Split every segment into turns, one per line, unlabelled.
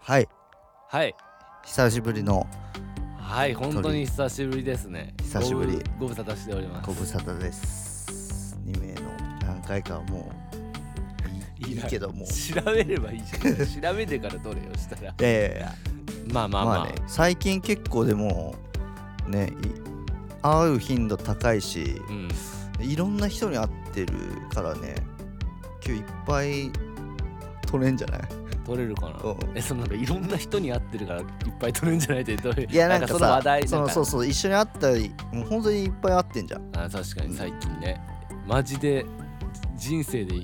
はい
はい
久しぶりの
はい本当に久しぶりですね
久しぶり
ご無ご無沙汰しております
ご無沙汰です2名の何回かはもういい
い
い
や
けども
調べればいいじゃん調べてからどれをしたら
いやいやいや
まあまあまあ、
まあね最近結構でもねい会う頻度高いし
うん
いろんな人に会ってるからね今日いっぱい取れんじゃない
取れるかな
うん
えそのなんかいろんな人に会ってるからいっぱい取れるんじゃないってどれ
いやなんかさ
その話題
そ
な
の
んか
そうそう一緒に会ったりもう本当にいっぱい会ってんじゃん
あ確かに最近ねマジで人生で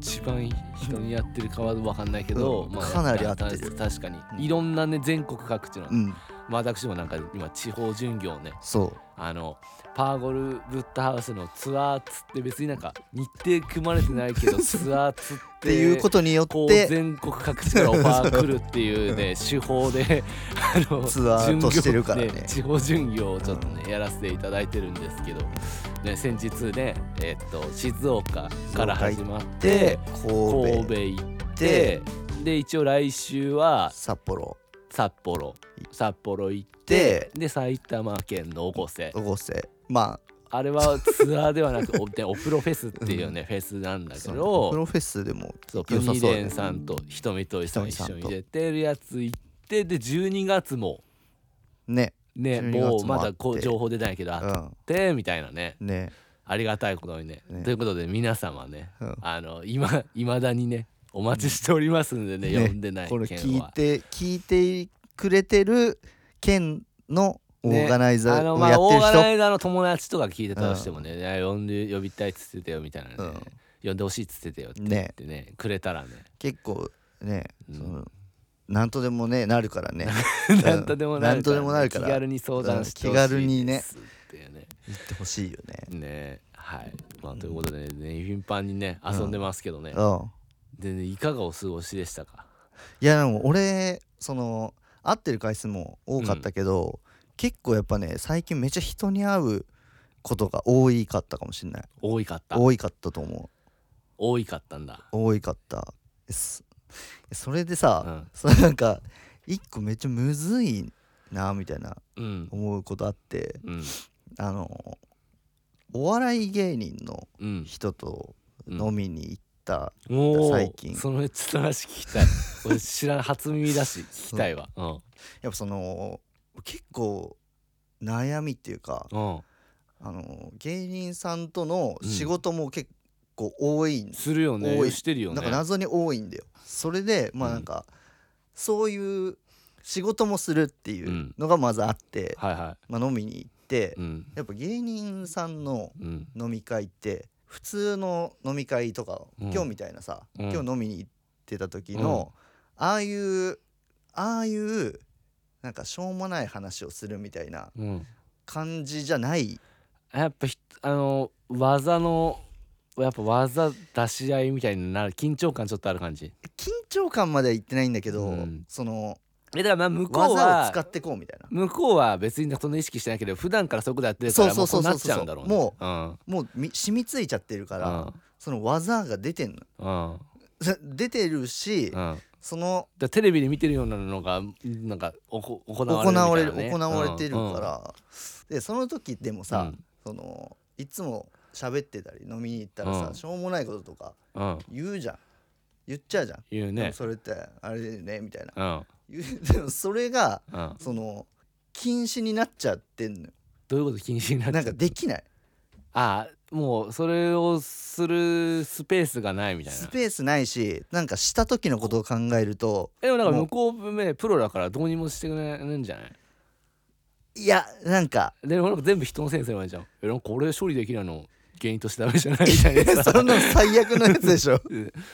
一番人にやってるかは分かんないけど、
うん
まあ、
かなり合ってる
確かに
うん
いろんなね全国各地の、
うん
まあ、私もなんか今地方巡業ね
そう
あのパーゴルブッダハウスのツアーつって別になんか日程組まれてな いけどツアーつって
っていうことによっ
こう
て
全国各地からオファー来るっていうね手法で あの
ツアーとしてるからね
巡業地方巡業をちょっとね、やらせていただいてるんですけど、ね、先日ね、えっと静岡から始まって
で神戸
神戸行ってで一応来週は
札幌
札幌札幌行って
で
で埼玉県の越生
越生まあ
あれはツアーではなくおでオプロフェスっていうね、フェスなんだけ
そ
ど
のプロフェスでも
そうプ
良さそう
ニ
だね
デンさんとひとみといさん一
ひとみさ
緒
ん
に
と
出てるやつ行ってで12月も
ね
ね
12月も
もうまだこ
あっ
う
て
情報出てないけどあってみたいなね
うんね
ありがたいことにね
ね
ということで皆様ね、
うん
あの今いまだにねお待ちしておりますんでね、
ね
呼んでない
これ
件
聞い
は。
て聞いてくれてる県のオ
ね
ーガナイザ
あ
ー
の
を
ま
や
あオーガ
っ
ナ
て
イザーの友達とか聞いてたとしてもね、いや呼んで呼びたいっつってたよみたいなね、
うん
呼んでほしいっつってたよって
る人ね
言ってねくれたらね
結構ね
うん
そのなんとでもねなるからね
なんとでもな
な
る
んと
から,、
でもなるから
気軽に相談してほしい
気軽にね
ですっていうね
言ってほしいよね
ねはい、まあ、ということでねね頻繁にね遊んでますけどね、
うん
でねいかがお過ごしでしたか
いやでも俺その会ってる回数も多かったけど結構やっぱね最近めっちゃ人に会うことが多いかったかもしれない
多いかった
多いかったと思う
多いかったんだ
多いかったですそれでさ、
うん
それなんか一個めっちゃむずいなみたいな
うん
思うことあって
うん
あのお笑い芸人の
うん
人と
うん
飲みに行った、
おー
最近
そのちょっと話聞き たい俺知らん初耳だし聞きたいわうん
やっぱその結構悩みっていうか
うん
あの芸人さんとの
うん
仕事も結構多いんです、
するよね
多い
してるよね
なんか謎に多いんだよそれでまあなんか、そういう仕事もするっていうのがまずあって、
はいは
まあ、飲みに行って
い、うん
やっぱ芸人さんの
うん
飲み会って普通の飲み会とか、
うん
今日みたいなさ、
うん
今日飲みに行ってた時の、ああいうああいうなんかしょうもない話をするみたいな
うん
感じじゃない
やっぱひあの技のやっぱ技出し合いみたいになる緊張感ちょっとある感じ
緊張感までは行ってないんだけど、
うん
その
えだからまあ向こう
技を
は
使ってこうみたいな
向こうは別にそんな意識してないけど普段からそういうことやってるから
そ
も
うそ
うそうう
そうそう
なっ
そう
ちゃうんだろうね
も
うん
もうみ染みついちゃってるから、その技が出てんの
うん
出てるし、
うんうん
その
だからテレビで見てるようなのがなんかおこ行われるみたい
行われる
なね
行われてる
うんうん
から、でその時でもさ、
うん
そのいつも喋ってたり飲みに行ったらさ、
うん
しょうもないこととか
うん
言うじゃん言っちゃうじゃん、
言う
で
ね
もそれってあれだよねみたいな
うん
言う でもそれが
うん
その禁止になっちゃってんのよ
どういうこと禁止になっちゃ
な
うん
かできない
あもうそれをするスペースがないみたい
ス
な
ペースないしなんかした時のことを考えると
でもなんか向こうねプロだからどうにもしてくれるんじゃない
いやなんか
で俺も全部人のせいにすればいいじゃん。えなんかこれ処理できないの原因としてダメじゃない みたいな さ。
そんなの最悪のやつでしょ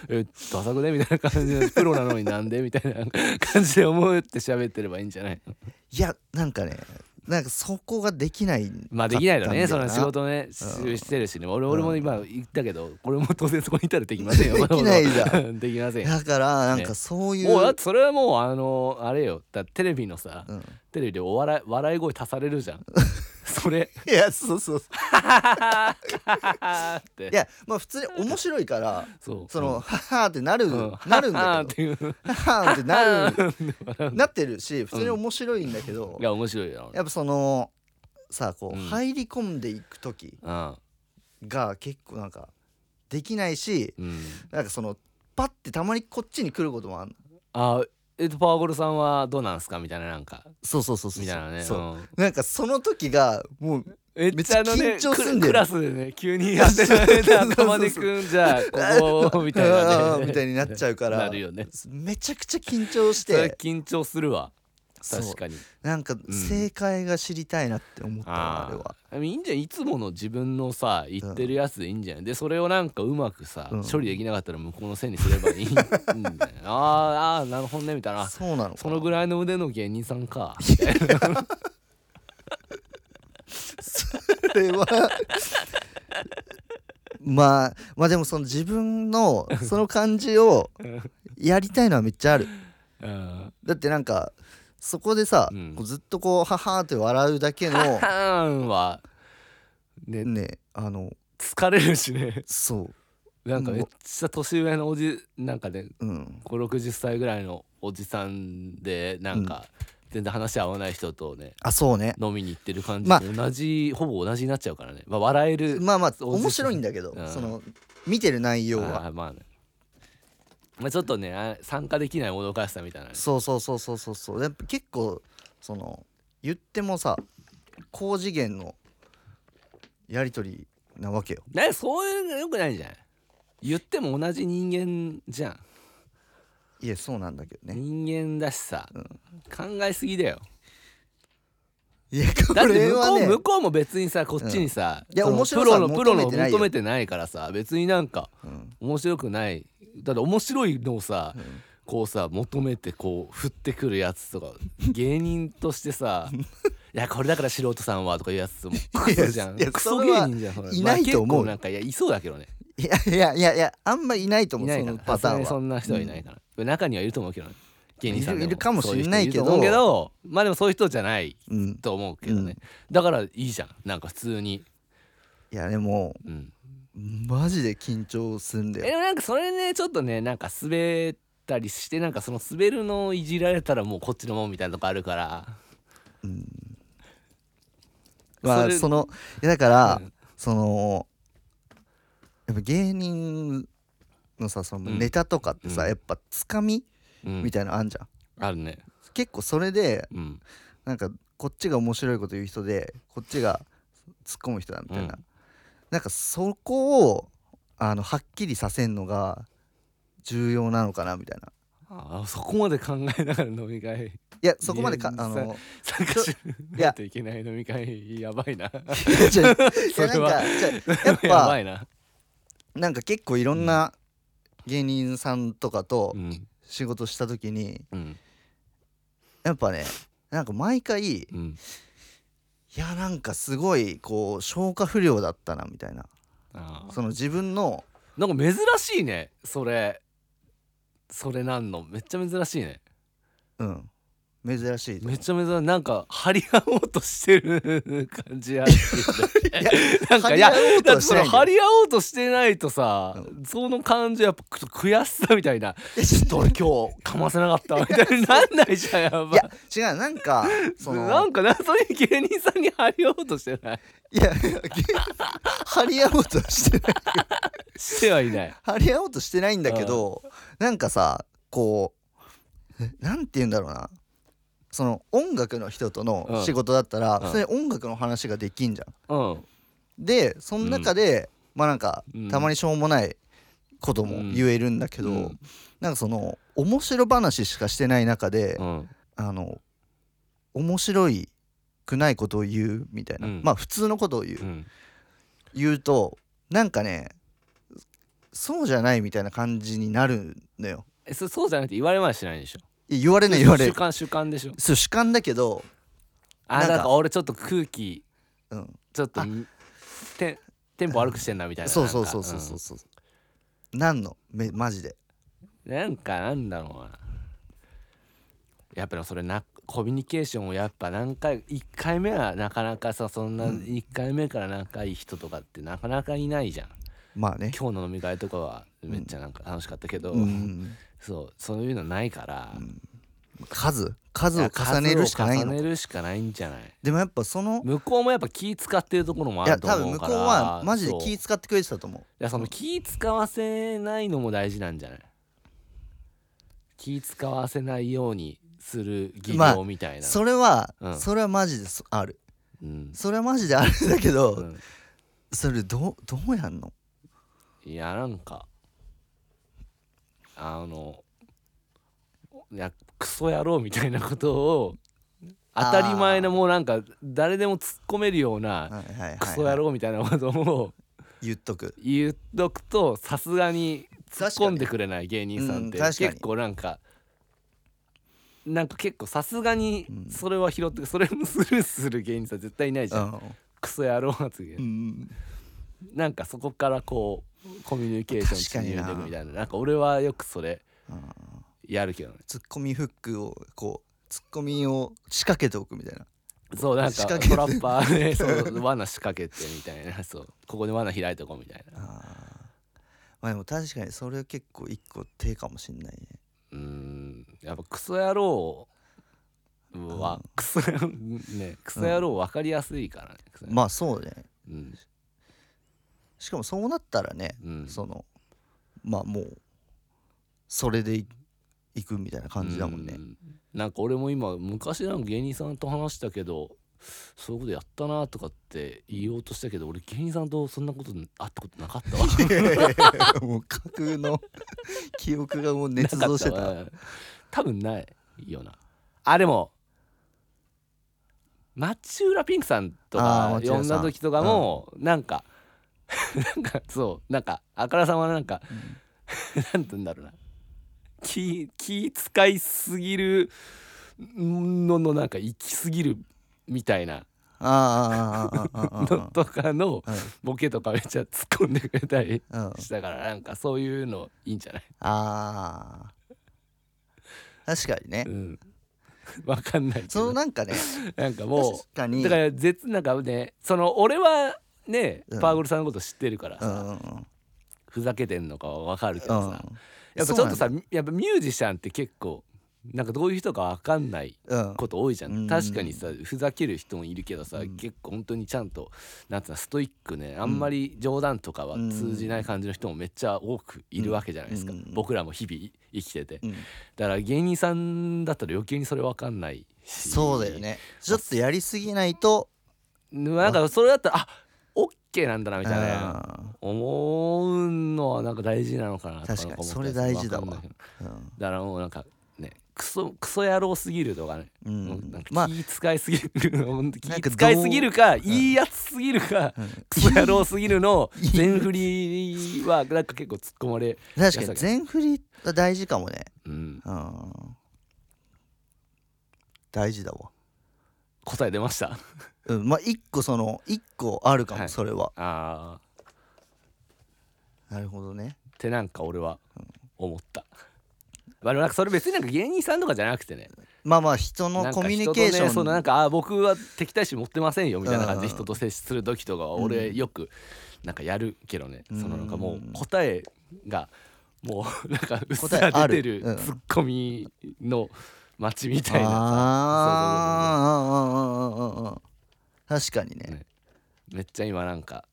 えダサくねみたいな感じでプロなのになんでみたいな感じで思って喋ってればいいんじゃな
い
い
やなんかねなんかそこができない
まあできないだろうね
か
そ
ったん
の
だ
仕
よな
事ねししてるしね俺俺も今言ったけど俺も当然そこにいたらできません よ
できないじゃ
できませんよ
だからなんかそういう、
もうだってそれはもうあのあれよだってテレビのさ、
うん
テレビでお笑い笑い声足されるじゃんそれ
いやそうそうそ
って
ういやまあ普通に面白いから
そう
その「はは」ってなる
うん
なるんだけ
っていう
ど「はは」ってなる
る
なってるし普通に面白いんだけど
いや面白いよ
やっぱそのさあこう
うん
入り込んでいく時が結構なんかできないし
うん、うん、
なんかそのパッてたまにこっちに来ることもある
あえっとパワゴルさんはどうなんすかみたいななんか
そうそうそうそう
みたいなね
そう
うん
なんかその時がもう
めっちゃあのね
緊張すんだよ
ククラスでね急にやってられて頭でくんじゃあこ こみたい
あ
な
ー
ね
みたいになっちゃうから
なるよね
めちゃくちゃ緊張し
それ
て
緊張するわ
そう
確かに
なんか
ん
正解が知りたいなって思ったわ
あ
あれは
ーでもいいんじゃんいつもの自分のさ言ってるやつでいいんじゃないでそれをなんかうまくさ、
うん
処理できなかったら向こうのせいにすればいいいい んだよあーあーなるほどねみたいな
そうなの
そのぐ
らい
らいの腕の芸人さんか
それは まあまあでもその自分のその感じをやりたいのはめっちゃある
うん
だってなんかそこでさ、
うん
こうずっとこうははーって笑うだけ
パ
の
ーンはね
ねあの
疲れるしね
そ
なんかめっちゃ年上のおじなんかね
ううん
560歳ぐらいのおじさんでなんか全然話合わない人とね
あそうね
飲みに行ってる感じ
まあ
と同じ、ほぼ同じになっちゃうからね、まあ、笑える
まあまあ
そうですね
面白いんだけど、
うん
その見てる内容は
あーまあねまあちょっとねあ参加できないもどかしさみたいなね
そうそうそうそうそうそうやっぱ結構その言ってもさ高次元のやり取りなわけよ
ねそういうのよくないじゃん言っても同じ人間じゃん、
いやそうなんだけどね
人間だしさ、考えすぎだよ
いやこ
だって
れ
向こ
は
う,、
ね
向こうも別にさこっちにさ、
うんいや
その
面白
プ
さ
ロ
は
のプロの
求めてないよ
求めてないからさ別になんか
うん
面白くないだって面白いのをさ、こうさ求めてこう振ってくるやつとか芸人とし てさ「いやこれだから素人さんは」とかいうやつもクソじゃん
いやいや
クソ
それ
芸
は
人じゃんそれ
いないと思う
まあ結構なんかいやいそうだけどね
いやいやいやいやあんまいないと思
いうない
そ
か
の
ら
パターン
さすがにそ
は
んな人はいないから、中にはいると思うけどね芸人さんで
いるいるかもしれないけど
そうう人いると思うけどまあでもそういう人じゃない
うん
と思うけどね、だからいいじゃんなんか普通に、
いやでも
うん、
マジで緊張するん
え
だ
で
よ
もなんかそれねちょっとねなんか滑ったりしてなんかその滑るのをいじられたらもうこっちのもんみたいなとこあるから
ま
そ
あ
れ
そのいやだから
うん
そのやっぱ芸人のさその
うん
ネタとかってさ
うん
やっぱつかみ
うん
みたいなのあんじゃん
あるね
結構それで
うん
なんかこっちが面白いこと言う人でこっちが突っ込む人だみたいな、
うん
なんかそこをあのはっきりさせんのが重要なのかなみたいな
あそこまで考えながら飲み会
いやそこまでか
いや
あの
参加し
いや
ないといけない飲み会やばいな
いや じゃあい
そ
や
れ
なん
は
かじゃあやっ
やば
ぱ
いな、
なんか結構いろんな芸人さんとかと
うん
仕事した時に
うん
やっぱねなんか毎回い
うん、
やなんかすごいこう消化不良だったなみたいな
あー
その自分の
なんか珍しいねそれそれなんのめっちゃ珍しいね
うん珍しいと思う
めっちゃ珍しいなんか張り合おうとしてる感じあるけどねなんかいや
張り合おうと
だ
は
って
してな
その
いんだよ
張り合おうとしてないとさ、その感じやっぱちょっと悔しさみたいなちょっと俺今日かませなかったみたいに なんないじゃんやっ
い
ぱ
や違うなんかその
なんかなそういう芸人さんに張り合おうとしてない
いやいや張り合おうとしてない
してはいない
張り合おうとしてないんだけどなんかさこうえなんて言うんだろうなその音楽の人と
う
の
ん
仕事だったら、
うん
それ音楽の話ができんじゃん。
うん
でその中で、まあなんか、
うん
たまにしょうもないことも言えるんだけど、
うん
なんかその面白話しかしてない中で、
うん
あの面白いくないことを言うみたいな、
うん
まあ普通のことを言う
う、ん
言うとなんかねそうじゃないみたいな感じになるのよ
えそそうじゃなくて言われましないでしょ
いや言われない言われ
主
る
観主観でしょ
そう主観だけど、
あ
な
なんん
か
か俺ちょっと空気
うん、
ちょっと
あ
テンテンポ悪くしてんなみたいな
そうそう
なんか
そうそうそうそうなんのめマジで
うんなんかなんだろうなやっぱりそれなコミュニケーションをやっぱ何回1回目はなかなかさそんな1回目から仲いい人とかってなかなかいないじゃん、
まあね
今日の飲み会とかはめっちゃなんか楽しかったけど、
うん
そうそういうのないから、
数数を重ねるしかない
数を
の
重ねるしかないんじゃない
でもやっぱその
向こうもやっぱ気使ってるところも
い
あ
や
ると
多
思
分
う
向
か
こ
ら
うはマジで
そう
気使ってくれてたと思う
いやその気使わせないのも大事なんじゃない気使わせないようにする技
ま
能
あ
みたいな、
それは、
うん
それはマジでそある
うん
それはマジであるんだけど、
うん
それどうどうやんの
いやなんかあのいやクソ野郎みたいなことを当たり前の
あー
もうなんか誰でも突っ込めるような
はいはいはい、
クソ野郎みたいなことを
言っとく
言っとくとさすがに突っ込んでくれない芸人さんって
うん確かに
結構なんかなんか結構さすがに
うん
それは拾ってそれもスルーする芸人さん絶対いないじ
う
ゃん
ん、
クソ野郎発言
うん、
なんかそこからこうコミュニケーション
確かにな
縮
ん
でいくみたいななんか俺はよくそれ
うん
やるけどね
ツッコミフックをこうツッコミを仕掛けておくみたいな
そうなんか
仕掛けて
トラッパーで そう罠仕掛けてみたいなそうここで罠開いとこうみたいな
まあでも確かにそれは結構一個手かもしんないね
うーんやっぱクソ野郎はクソ野郎ねクソ野郎分かりやすいからね、クソ野郎
まあそうね
うん
しかもそうなったらね、
うん
そのまあもうそれでいいくみたいな感じだもんね
うなんか俺も今昔なんか芸人さんと話したけどそういうことやったなとかって言おうとしたけど俺芸人さんとそんなこと会ったことなかったわ
もう架空の 記憶がもう捏
なか
造
っ
してた
わ多分ないよなあでもマッチウラピンクさんと
あー
か
町浦さ
呼
ん
んだ時とかもなんか なんかそうなんかあからさまななんか、 なんて言うんだろうな気気使いすぎるののなんか行きすぎるみたいな
あーあーあーあーあーあ ーあ
のとかの
ー
ボケとかめっちゃ突っ込んでくれたり
うんうん
したからなんかそういうのいいんじゃない
あー確かにね
うん、わかんないけ
その
ど
なんかね
なんかも
確か
う
に
だから絶なんかねその俺はね、
うん
パーゴルさんのこと知ってるから
う
さ、
んうん
ふざけてんのかはわかるけ
う
ど
ん
さ、やっぱちょっとさやっぱミュージシャンって結構なんかどういう人かわかんない
うん
こと多いじゃん、
うん
確かにさふざける人もいるけどさ、
うん
結構本当にちゃんとなんつうのストイックねあんまり冗談とかは通じない感じの人もめっちゃ多くいるわけじゃないですか、
うん
僕らも日々生きてて、
うん
だから芸人さんだったら余計にそれわかんないし
そうだよねちょっとやりすぎないと
なんかそれだったらあオッケーなんだなみたいな
あ
思うのはなんか大事なのかなと
確かに
なん思ったり
それ大事だわ
わかんないけど
ーうん
だからもうなんかねクソクソ野郎すぎるとかね、
う
もうんなん
ま
か
あ
気使いすぎる、本当
なんか
気
どう
使いすぎるか、いいやつすぎるか、クソ 野郎すぎるの全振りはなんか結構突っ込まれ、
確かに全振りは大事かもね
うん、
うん大事だわ
答え出ました
うんまあ一個その一個あるか
は
も
い
それは
あー
なるほどね
ってなんか俺は思った、まあでもなんかそれ別になんか芸人さんとかじゃなくてね
まあまあ人
な
の
ん
コ
か
ミュ
人
ニ
と
ケーシ
ね、その
ョ
なん
ン
かあー僕は敵対心持ってませんよみたいな感じで
うんうん
人と接する時とかは俺よくなんかやるけどね、
うん
そのなんかもう答えがもうなんかうっす
答えあ
ら
る
出てる
うん
ツッコミの街み
あ
たいな
あーうんうんうんうんうん確かにね
ねめっちゃ今なんか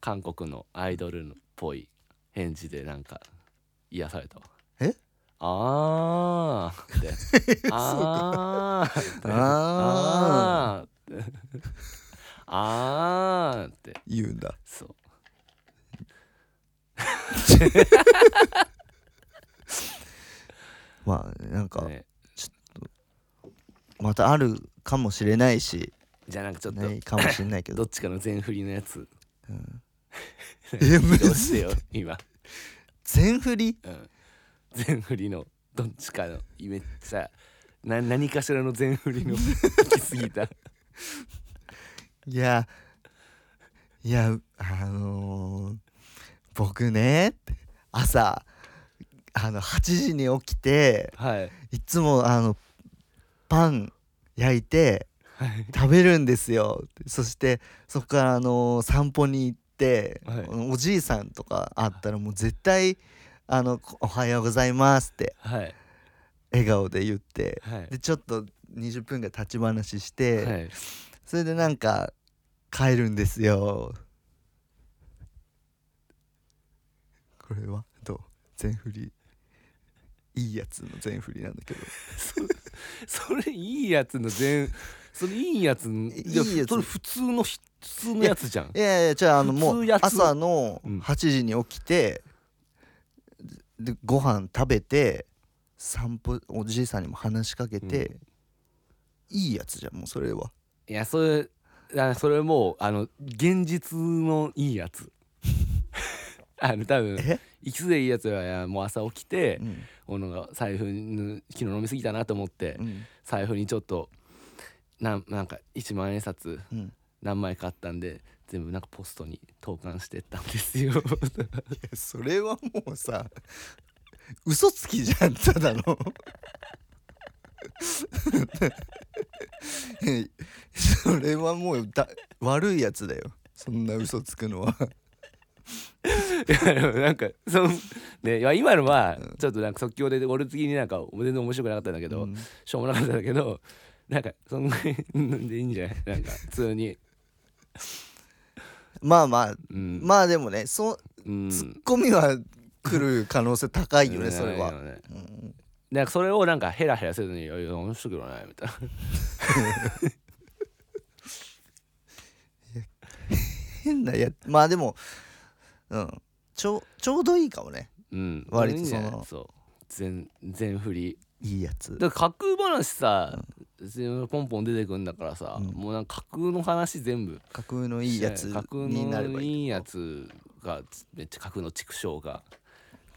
韓国のアイドルのっぽい返事でなんか癒されたわ
え
あーってあーって
ああ
あーってあーって
言うんだ
そう
まあなんか
ね
またあるかもしれないし
じゃあなんかちょっと
ないかもしれないけ
ど
ど
っちかの全振りのやつ
えむ
どうしてよ今、
全振り
うん、全振りのどっちかのめっちゃな何かしらの全振りの 行き過ぎた
いやいやうあのー僕ねって朝あの8時に起きて
はい
いつもあのパン焼いて
はい
食べるんですよってそしてそこからあのー散歩に行って、
はい
おじいさんとかあったらもう絶対「あのこおはようございます」って
はい
笑顔で言って
はい
でちょっと20分が立ち話して、
はい
それでなんか帰るんですよこれはどう全振りいいやつの全振りなんだけど
それいいやつの全それいいやつの
い
いや
いいやつ
それ普通のひ普通のやつじゃん
いやいやじゃああのも
普
う
通やつ
朝の
うん
8時に起きて、でご飯食べて散歩おじいさんにも話しかけて、いいやつじゃんもうそれはい
やそれあそれもうあの現実のいいやつ あの多分
え
いくつでいいやつはいやもう朝起きて
う、ん
おのが財布に昨日飲みすぎたなと思って、
うん
財布にちょっとなんなんか1万円札
うん
何枚かあったんで全部なんかポストに投函してったんですよ
いやそれはもうさ嘘つきじゃんただの それはもうだ悪いやつだよそんな嘘つくのは
いやでも なんかその、ね、いや今のはちょっとなんか即興で俺的になんか全然面白くなかったんだけど、
うん
しょうもなかったんだけどなんかそんなにでいいんじ ゃないなんか普通に。
まあまあ
うん
まあでもねそう
うん
ツッコミは来る可能性高いよね、それ
う
は。
ん
うん
なんかそれをなんかヘラヘラせずに「いやいや面白くない」みたいな
変なやまあでも、うん、ちょちょうどいいかもね
うん
割と
いいんじゃない
その
そう全全振り
いいやつ。
だから架空話さ、ポンポン出てくんだからさ、
うん
もうなんか架空の話全部
架空のいいやつ
架空
になれば
の
いい。
いいやつがめっちゃ架空の畜生が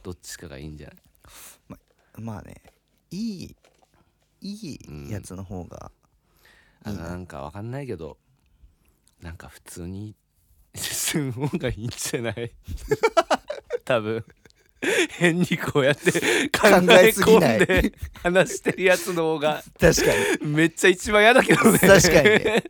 どっちかがいいんじゃない
まあねいいいいやつの方が、
あのなんかわかんないけどなんか普通に する方がいいんじゃない 多分変にこうやって考え
えすぎ
込
ない
んで話してるやつの方が
確かに
めっちゃ一番嫌だけど ね
確かにね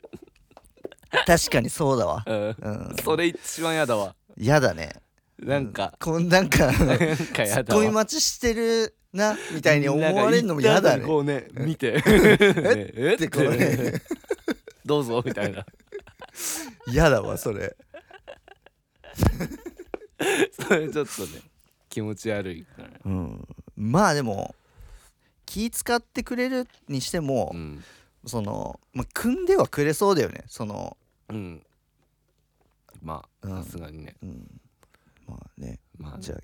確かにそうだわ。
うん
うん、
それ一番嫌だわ
やだね。
なんか、
こんなんかツ
なんか やだわ
ッコミ待ちしてるなみたいに思われるのも嫌だ
なんか一旦
ね。
こうね見てね え
ってこうね
どうぞみたいな
嫌だわそれ。
それちょっとね気持ち悪いからね
うん、まあでも気使ってくれるにしても、
うん
その、まあ、組んではくれそうだよねその、
うんまあ
うん
さすがにね
うん、まあね
まあ
じゃあ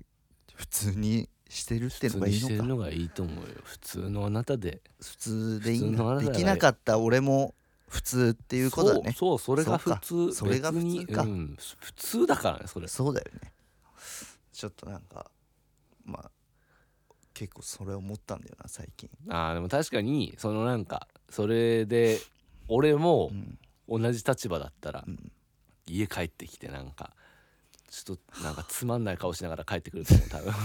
普通にしてるって
普
の
通
がい
に
い
してる
のか
のがいいと思うよ普通のあなたで
普通でいいん
普通のあ
だ
なた
で
が
きなかった俺も普通っていうことだね
そうそうそれが普
そうか
通
それが普通か
別にうん普通だからねそれ
そうだよねちょっとなんかまあ結構それ思ったんだよな最近、
あーでも確かにそのなんかそれで俺も
うん
同じ立場だったら
うん
家帰ってきてなんかちょっとなんかつまんない顔しながら帰ってくると思う 多分
なんか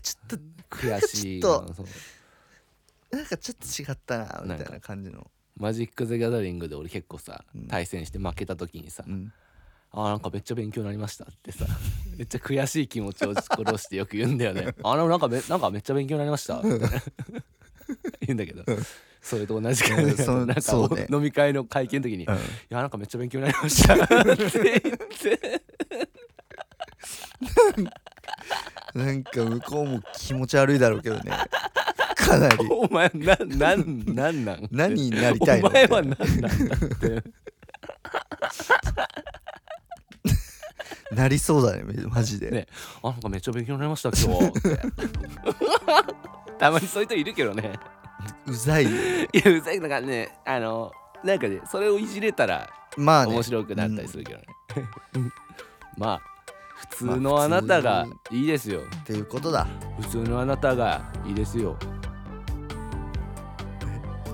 ちょっ
悔しい
ちょっ
なそう
となんかちょっと違ったなみたいな感じの、
マジック・ザ・ギャザリングで俺結構さ
うん
対戦して負けた時にさ、
うん、
あーなんかめっちゃ勉強になりましたっ てさめっちゃ悔しい気持ちを殺してよく言うんだ よねあーでもなんかめなんかめっちゃ勉強になりました みたいな言うんだけど、それと同じ感じ
う
で、
んそう
なんか
そうね
お飲み会の会見の時に、
うん
いやなんかめっちゃ勉強になりましたって言って
なんか向こうも気持ち悪いだろうけどね。かなり。
お前ななんなんなん
何になりたいの
お前は何なんだって
なりそうだね、マジで。
ねあなんかめっちゃ勉強になりました今日って たまにそういう人いるけどね
うざいよね。
いやうざいのがねあのなんかねそれをいじれたら
まあね。
面白くなったりするけどね まあ普通のあなたがいいですよ
っていうことだ。
普通のあなたがいいですよ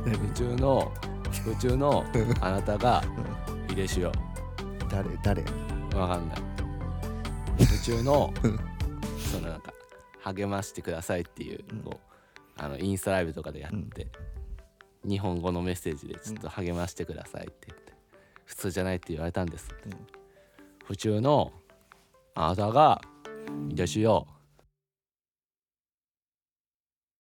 え
普通の普通のあなたがいいですよ
誰誰
わかんない宇宙の
うん
そのなんか励ましてくださいっていう,、
うん
こうあのインスタライブとかでやって、日本語のメッセージでちょっと励ましてくださいって言って、普通じゃないって言われたんですっ
う
て、
ん
普通のあなたが私を